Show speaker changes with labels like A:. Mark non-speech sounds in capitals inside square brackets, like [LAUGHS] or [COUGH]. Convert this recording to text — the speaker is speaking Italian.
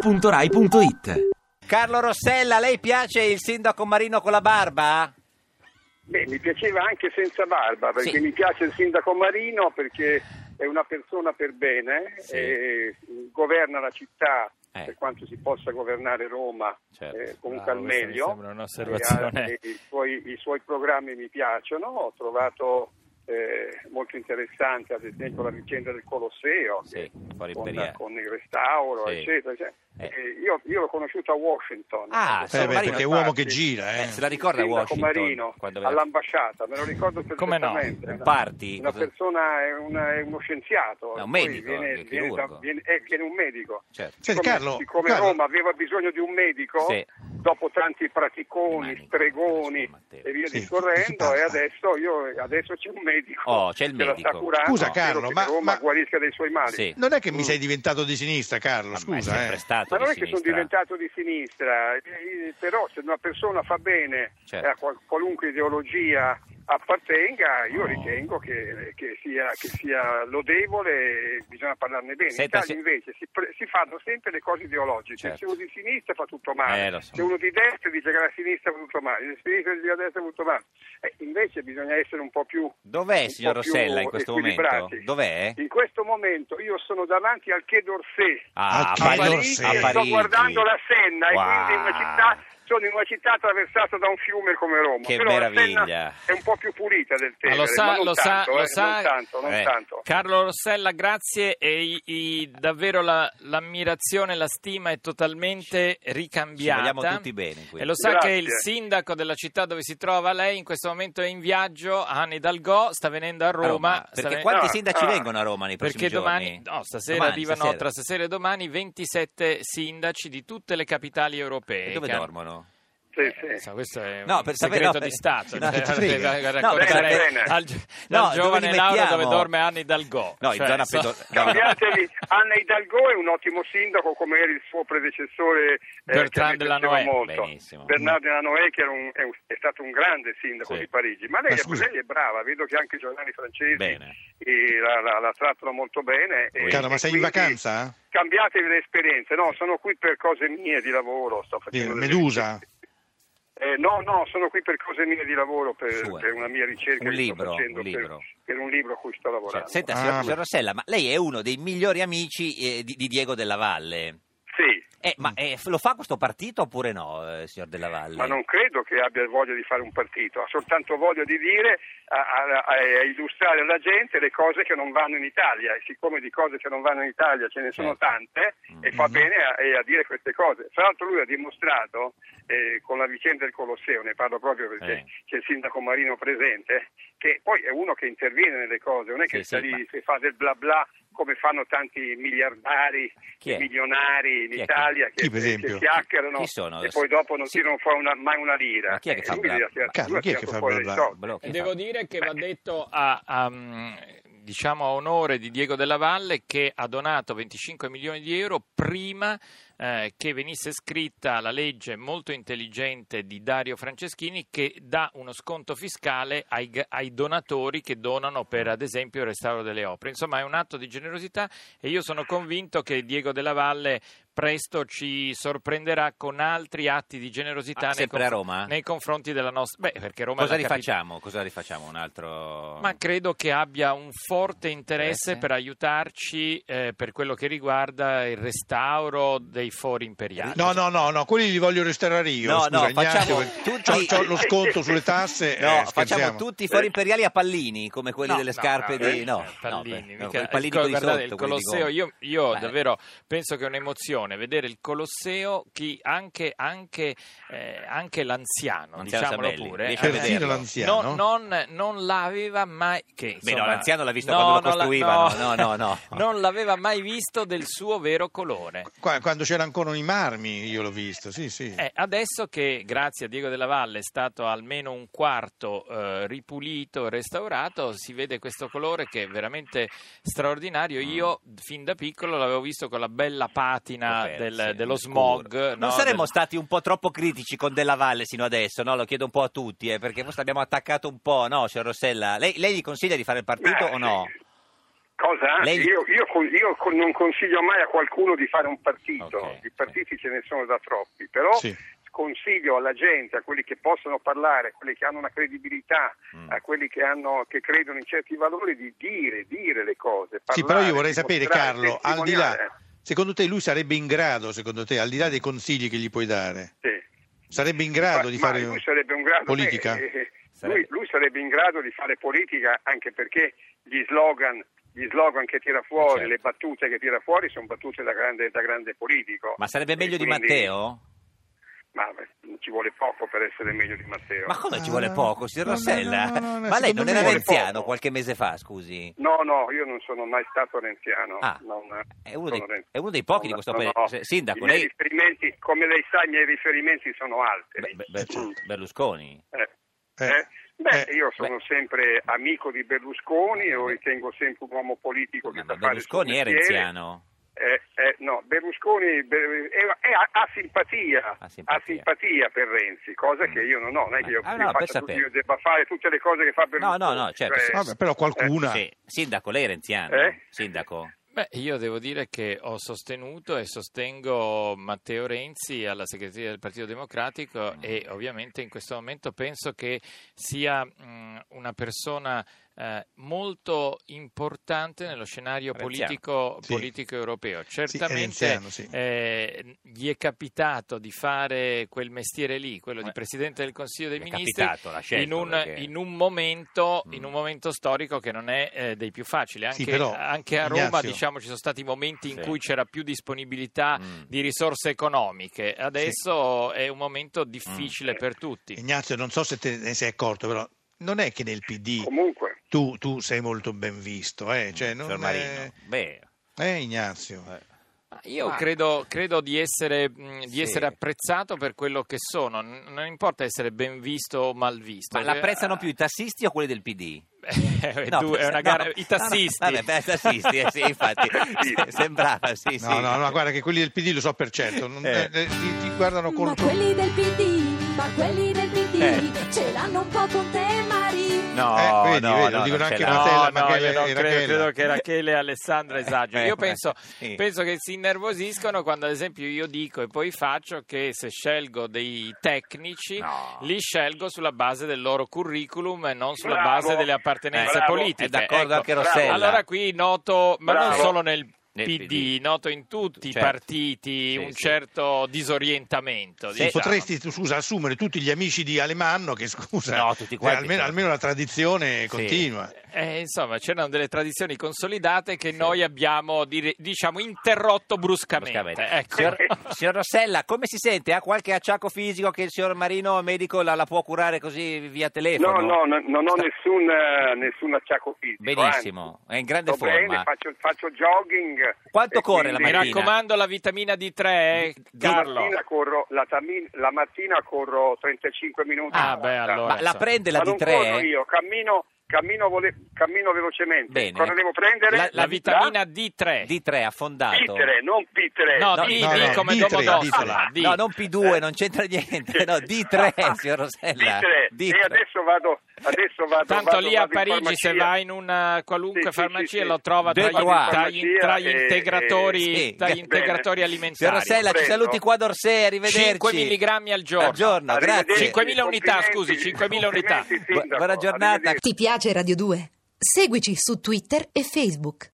A: radio2pod.rai.it
B: Carlo Rossella, a lei piace il sindaco Marino con la barba?
C: Beh, mi piaceva anche senza barba, perché
B: Sì.
C: mi piace il sindaco Marino, perché è una persona per bene,
B: Sì.
C: e governa la città,
B: Eh.
C: per quanto si possa governare Roma,
B: Certo.
C: eh, comunque
D: Bravo,
C: al
D: questa mi
C: meglio.
D: sembra un'osservazione.
C: E anche I, suoi, i suoi programmi mi piacciono, ho trovato eh, molto interessante ad esempio la vicenda del Colosseo,
B: Sì, fuori
C: con,
B: Peria.
C: con il restauro,
B: Sì.
C: eccetera. eccetera.
B: Eh.
C: Eh, io, io l'ho conosciuto a Washington.
B: Ah,
C: Eh,
B: sì, beh, perché
E: è un uomo che gira, eh.
B: Eh, se la ricorda
C: Sindaco
B: Washington?
C: Marino,
B: quando aveva-
C: all'ambasciata, me lo
B: [LAUGHS]
C: ricordo
D: Come no?
C: perfettamente.
B: Un party?
C: Una
B: Cosa-
C: persona, è, una- è uno scienziato.
B: È un
C: poi
B: medico,
C: Viene,
B: anche
C: viene da-
B: chirurgo.
C: viene- eh, viene un medico.
B: Certo.
E: Senti,
C: Siccome-
E: Carlo,
C: siccome
E: Carlo.
C: Roma aveva bisogno di un medico,
B: Sì.
C: dopo tanti praticoni,
B: Manico,
C: stregoni
B: Matteo.
C: e via
E: Sì, si
C: discorrendo,
E: parla.
C: e adesso, io, adesso c'è un medico
B: Oh, c'è il
C: che la
B: medico.
C: sta curando.
E: Scusa,
C: spero
E: Carlo,
C: che
E: ma-
C: Roma
E: ma-
C: guarisca dei suoi mali.
B: Sì.
E: Non è che mi sei diventato di sinistra, Carlo,
B: Ma è
E: scusa.
B: sempre
E: Eh.
B: stato
C: Ma non
B: di
C: è che sono
B: sinistra.
C: diventato di sinistra, eh, eh, però se una persona fa bene
B: Certo.
C: eh, a qual- qualunque ideologia appartenga,
B: Oh.
C: io ritengo che, che sia, che sia lodevole e bisogna parlarne bene.
B: Senta,
C: in Italia
B: se-
C: invece si, pre- si fanno sempre le cose ideologiche,
B: Certo.
C: se uno di sinistra fa tutto male,
B: Eh, lo so.
C: se uno di destra dice che la sinistra fa tutto male, se sinistra dice che la destra fa tutto male. Eh, invece bisogna essere un po' più...
B: Dov'è,
C: un
B: signor
C: po' più
B: Rossella, in questo momento?
C: equilibrati.
B: Dov'è?
C: In questo momento io sono davanti al Quai d'Orsay
B: Ah,
E: Ah,
B: a
E: che
B: Parigi.
E: bello,
C: Parigi,
E: sì.
B: a
C: sto
B: Parigi.
C: guardando la Senna
B: Wow.
C: e quindi in una città, sono in una città attraversata da un fiume come Roma.
B: Che
C: Però la Senna
B: meraviglia.
C: è un po' più pulita del Tevere,
D: Ma lo sa-
C: ma non
D: lo sa-
C: tanto,
D: lo
C: eh,
D: sa-
C: non tanto, non
B: eh.
C: tanto.
D: Carlo Rossella, grazie e i- i- davvero la- l'ammirazione, la stima è totalmente ricambiata.
B: Ci vogliamo tutti bene, quindi.
D: E lo sa
C: Grazie.
D: che il sindaco della città dove si trova lei in questo momento è in viaggio a Hidalgo, sta venendo a
B: A
D: Roma.
B: Roma,
D: sta
B: perché
D: ven-
B: quanti
C: Ah,
B: sindaci
C: ah.
B: vengono a Roma nei prossimi
D: perché domani,
B: giorni?
D: no, stasera
B: Domani,
D: arrivano
B: stasera.
D: tra stasera e domani 27 sindaci di tutte le capitali europee.
B: E dove
D: che hanno-
B: dormono?
C: Sì, sì.
D: Sa, Eh, questo è
B: No,
D: un
B: per sapere-
D: segreto
B: no, per-
D: di Stato.
B: no,
D: cioè,
E: chi frega?
D: deve
B: No,
D: raccontare
C: bene, bene.
D: al,
B: No,
D: dal
B: dove
D: giovane
B: li
D: Lauro dove
B: mettiamo?
D: dorme Anni Dalgò. cioè,
B: No, in zona pedo- no, no.
C: Cambiatevi, Anna Hidalgo è un ottimo sindaco come era il suo predecessore eh,
D: Bertrand
C: che a me piaceva
D: Delanoë.
C: molto.
B: Benissimo.
C: Bernard Delanoë che era un- è, un- è stato un grande sindaco
B: Sì.
C: di Parigi, ma lei,
E: Ma scusa-
C: lei è brava, vedo che anche i giornali francesi
B: Bene.
C: eh, la, la- la trattano molto bene. e-
E: Carlo, ma
C: e
E: sei in
C: quindi
E: vacanza?
C: Cambiatevi le esperienze, no, sono qui per cose mie di lavoro, sto
E: Di
C: facendo... delle-
E: Cioè, Medusa?
C: eh, no, no, sono qui per cose mie di lavoro, per,
B: Sue.
C: per una mia ricerca
B: Un
C: che
B: libro,
C: sto facendo,
B: un
C: per-
B: libro.
C: Per, un libro a cui sto
B: Cioè,
C: lavorando.
B: senta,
E: Ah,
B: signor,
E: beh.
B: signor Rossella, ma lei è uno dei migliori amici eh, di, di Diego Della Valle.
C: Sì,
B: Eh,
D: Mm.
B: ma eh, f- lo fa questo partito oppure no, eh, signor Della Valle?
C: ma non credo che abbia voglia di fare un partito, ha soltanto voglia di dire, a, a- a- a illustrare alla gente le cose che non vanno in Italia e siccome di cose che non vanno in Italia ce ne sono
B: Certo.
C: tante e fa bene a, e a dire queste cose. Tra l'altro lui ha dimostrato eh, con la vicenda del Colosseo, ne parlo proprio
B: Eh.
C: perché c'è il sindaco Marino presente, che poi è uno che interviene nelle cose, non è che
B: Sì,
C: sta
B: sì,
C: lì
B: ma-
C: che fa del bla bla come fanno tanti miliardari,
B: Chi è?
C: milionari in
B: Chi è che-
C: Italia che,
E: Chi, per
C: che
E: esempio?
C: chiacchierano
B: Chi sono?
C: e poi dopo non
B: Sì.
C: tirano fuori una- mai una lira.
B: Ma chi è che
C: Eh,
B: fa
C: lui
B: bla-
C: li ha tirato-
E: Carlo,
C: lui ha
E: chi è che
C: tirato
E: fa
C: fuori
E: bla
C: dei
E: bla?
C: soldi.
B: Blocchi,
D: Devo
B: Boh, fa-
D: dire che va detto Esatto. a, a, mm, diciamo a onore di Diego Della Valle che ha donato 25 milioni di euro prima eh, che venisse scritta la legge molto intelligente di Dario Franceschini che dà uno sconto fiscale ai, g- ai donatori che donano per ad esempio il restauro delle opere. Insomma è un atto di generosità e io sono convinto che Diego Della Valle presto ci sorprenderà con altri atti di generosità
B: Ah,
D: nei
B: sempre a
D: confron-
B: Roma?
D: nei confronti della nostra... Beh, perché Roma
B: Cosa
D: è la capitale.
B: rifacciamo? Cosa rifacciamo? Un altro...
D: Ma credo che abbia un forte interesse
B: Interesse?
D: per aiutarci eh, per quello che riguarda il restauro dei fori imperiali.
E: No, no, no, no, quelli li voglio restaurare io.
B: No,
E: scusa,
B: no,
E: Ignazio,
B: facciamo
E: perché
B: tutti-
E: c'ho- c'ho lo sconto sulle tasse. eh,
B: No, facciamo
E: scherziamo.
B: tutti i
C: Eh.
B: fori imperiali a pallini, come quelli
D: No,
B: delle
D: no,
B: scarpe
D: no,
B: di...
D: eh,
B: No,
D: pallini,
B: no,
D: mica-
B: quei pallini
D: il,
B: con i
D: col- guardate,
B: sotto,
D: il
B: quelli di
D: Colosseo,
B: gomma.
D: io, io
B: Eh,
D: davvero penso che è un'emozione vedere il Colosseo, chi anche, anche, eh, anche l'anziano,
B: Anziano
D: diciamolo
B: Sabelli,
D: pure,
B: riesce a
D: eh,
E: Persino
B: vederlo.
E: l'anziano.
D: non, non, non l'aveva mai che,
B: Beh,
D: insomma,
B: no, l'anziano l'ha visto
D: no,
B: quando lo
D: non la-
B: costruivano, no, no, no.
D: non l'aveva mai visto del suo vero colore.
E: Qua- Quando c'erano ancora i marmi, io l'ho visto, sì, sì.
D: Eh, adesso che grazie a Diego Della Valle è stato almeno un quarto eh, ripulito, restaurato, si vede questo colore che è veramente straordinario.
B: Mm.
D: Io fin da piccolo l'avevo visto con la bella patina
B: Coperti,
D: Ah, del-
B: sì,
D: dello
B: scuro.
D: smog. no,
B: Non saremmo
D: del-
B: stati un po' troppo critici con Della Valle sino adesso, no? Lo chiedo un po' a tutti, eh, perché forse abbiamo attaccato un po', no, signor Rossella? Lei, lei gli consiglia di fare il partito
C: Ma-
B: o no?
C: Cosa?
B: Lei-
C: Io, io con- io con- non consiglio mai a qualcuno di fare un partito,
D: Ok.
C: di partiti ce ne sono da troppi, però
E: Sì.
C: consiglio alla gente, a quelli che possono parlare, a quelli che hanno una credibilità,
B: Mm.
C: a quelli che, hanno, che credono in certi valori, di dire, dire le cose.
E: Sì,
C: parlare,
E: però io vorrei sapere,
C: dimostrare,
E: Carlo, al di là,
C: testimoniare.
E: secondo te lui sarebbe in grado, secondo te, al di là dei consigli che gli puoi dare,
C: Sì.
E: sarebbe in grado
C: Ma-
E: di
C: ma
E: fare
C: lui sarebbe un grado-
E: politica?
C: eh, eh,
B: Sarebbe-
C: Lui, lui sarebbe in grado di fare politica anche perché gli slogan, gli slogan che tira
B: Certo.
C: fuori, le battute che tira fuori sono battute da grande, da grande politico.
B: Ma sarebbe
C: E
B: meglio di
C: quindi-
B: Matteo?
C: Ma beh, ci vuole poco per essere meglio di Matteo.
B: Ma come ci
E: Ah,
B: vuole poco, signor
E: no, no,
B: Rossella?
E: no, no, no,
B: Ma lei
E: secondo
B: non
E: me
B: era
E: vuole
B: renziano
C: poco.
B: qualche mese fa, scusi?
C: No, no, io non sono mai stato renziano.
B: Ah,
C: non- eh,
B: è uno dei-
C: sono renzi-
B: è uno dei pochi di questo
C: no,
B: paese. Cioè,
C: no.
B: Sindaco,
C: I miei
B: lei-
C: riferimenti, come lei sa, i miei riferimenti sono altri.
B: Be- Be- Be- Berlusconi.
C: Eh,
E: Eh,
C: eh, Beh,
E: eh,
C: io sono
B: beh.
C: sempre amico di Berlusconi e lo ritengo sempre un uomo politico che
B: Ma
C: sa fare il suo
B: Berlusconi è
C: mestiere.
B: renziano.
C: Eh, eh, no, Berlusconi Ber- è- è- eh, ha, ha simpatia,
B: Ha simpatia. Mm.
C: ha simpatia per Renzi, cosa che io non ho, non è che io,
B: Ah,
C: io
B: no, per
C: faccia tutti-
B: sapere.
C: io debba fare tutte le cose che fa
B: No, no,
C: Berlusconi. cioè,
B: no, certo, sì,
E: Vabbè, però qualcuna.
B: eh, Sì. Sindaco, lei è renziano?
C: Eh?
B: Sindaco?
D: Beh, io devo dire che ho sostenuto e sostengo Matteo Renzi alla segreteria del Partito Democratico
B: Mm.
D: e ovviamente in questo momento penso che sia mh, una persona eh, molto importante nello scenario
B: Renziano.
D: politico,
E: Sì.
D: politico europeo.
E: Sì, è
D: Certamente
E: renziano, sì.
D: eh, gli è capitato di fare quel mestiere lì, quello di
B: Eh.
D: Presidente del Consiglio dei
B: Mi è
D: Ministri,
B: capitato, l'ha scelto,
D: in un,
B: perché-
D: in un momento,
B: Mm.
D: in un momento storico che non è eh, dei più facili. Anche,
E: Sì, però,
D: anche a Roma
E: Ignazio-
D: diciamo, ci sono stati momenti in
B: Sì.
D: cui c'era più disponibilità
B: Mm.
D: di risorse economiche. Adesso è un momento difficile
B: Mm.
D: per tutti.
E: Ignazio, non so se te ne sei accorto, però non è che nel PD
C: Comunque,
E: tu, tu sei molto ben visto, eh? Cioè, non
B: Signor
E: è-
B: Marino. Beh,
E: Eh, Ignazio.
B: Mm, eh,
D: Ma Io
B: Ma-
D: credo, credo di, essere, mh, di
B: Sì.
D: essere apprezzato per quello che sono. N- Non importa essere ben visto o mal visto. Eh,
B: ma l'apprezzano
D: [LAUGHS]
B: più i tassisti o quelli del PD?
D: È
B: No,
D: Cioè, due- è
B: pensa-
D: una gara-
B: no, no,
D: I tassisti.
B: no, vabbè, beh, i tassisti, eh, sì,
D: [LAUGHS]
E: [LAUGHS]
B: infatti. Sì, Sembrava, sì, sì.
E: No, no, ma guarda che quelli del PD lo so per certo, non-
B: Eh.
E: eh, ti, ti guardano
A: Ma
E: col...
A: quelli del PD, ma quelli del PD,
B: Eh.
A: ce l'hanno un po' con te, Mari.
B: No,
E: Eh, vedi,
B: no,
E: vedi,
B: no,
E: lo dicono
B: non
E: anche
B: ce l'ha.
E: Matteo. Rachele,
D: no, no,
E: Rachele,
D: io non credo,
E: Rachele.
D: credo che Rachele e Alessandra esageri. Io
B: Eh,
D: penso,
B: sì.
D: penso che si innervosiscono quando, ad esempio, io dico e poi faccio che se scelgo dei tecnici
B: No.
D: li scelgo sulla base del loro curriculum e non sulla
C: Bravo.
D: base delle appartenenze
C: Bravo.
D: politiche.
B: Eh, È d'accordo ecco, anche
D: ecco. Bravo.
B: Rossella.
D: Allora qui noto, ma non
C: Bravo.
D: solo nel.
B: Nel
D: PD,
B: PD.
D: noto in tutti i
B: Certo.
D: partiti
B: Sì,
D: un
B: sì.
D: certo disorientamento.
B: Sì, esatto.
D: diciamo.
E: Potresti, tu, scusa, assumere tutti gli amici di Alemanno che, scusa,
B: No, tutti quanti,
E: almeno,
B: certo.
E: almeno la tradizione
B: Sì.
E: continua.
D: Eh, insomma, c'erano delle tradizioni consolidate che noi abbiamo, dire- diciamo, interrotto bruscamente.
B: Bruscamente.
D: Ecco.
B: Signor, signor Rossella, come si sente? Ha qualche acciacco fisico che il signor Marino medico la, la può curare così via telefono?
C: no, no, no, non ho nessun, eh, nessun acciacco fisico.
B: Benissimo, è in grande
C: anzi, sto bene,
B: forma.
C: faccio, faccio jogging.
B: Quanto
C: e
B: corre la
C: quindi-
D: [LAUGHS] Mi
B: mattina?
D: raccomando la vitamina D3, eh,
C: La
D: Carlo.
C: mattina, corro, la, tami- la mattina corro 35 minuti.
D: Ah, beh, allora.
B: Ma la prende la
C: Ma non corro
B: D3?
C: io, cammino, cammino, vole- cammino velocemente.
B: Bene.
C: Cosa devo prendere?
B: La-
D: La vitamina D3.
B: D3 affondato.
C: Pitere, non pitere.
D: No,
B: No,
D: D,
B: no,
D: D
B: no,
D: come Ah,
E: D3,
D: Domodossola. D.
B: No, non
C: Eh.
B: P2, non c'entra
C: [LAUGHS]
B: niente. No, D3, signor Rossella.
C: Pitere. E adesso vado, adesso vado.
D: Tanto
C: vado-
D: lì a
C: vado in
D: Parigi, se
C: farmacia.
D: vai in una qualunque
C: Sì, sì,
D: farmacia,
C: sì, sì.
D: lo trova tra
B: Due
D: gli,
B: qua.
D: tra gli- tra gli
C: Farmacia, eh,
D: integratori,
B: eh, sì,
D: tra gli
B: bene.
D: integratori
B: Signor
D: alimentari.
B: Rossella, ci
C: Prego.
B: saluti qua d'Orsay, arrivederci.
D: 5 milligrammi al giorno.
B: Al giorno,
C: Arrivederci,
B: grazie.
D: 5.000 unità, scusi,
C: complimenti,
D: 5.000 unità.
C: complimenti, sindaco.
B: Buona giornata.
C: Arrivederci.
F: Ti piace Radio 2? Seguici su Twitter e Facebook.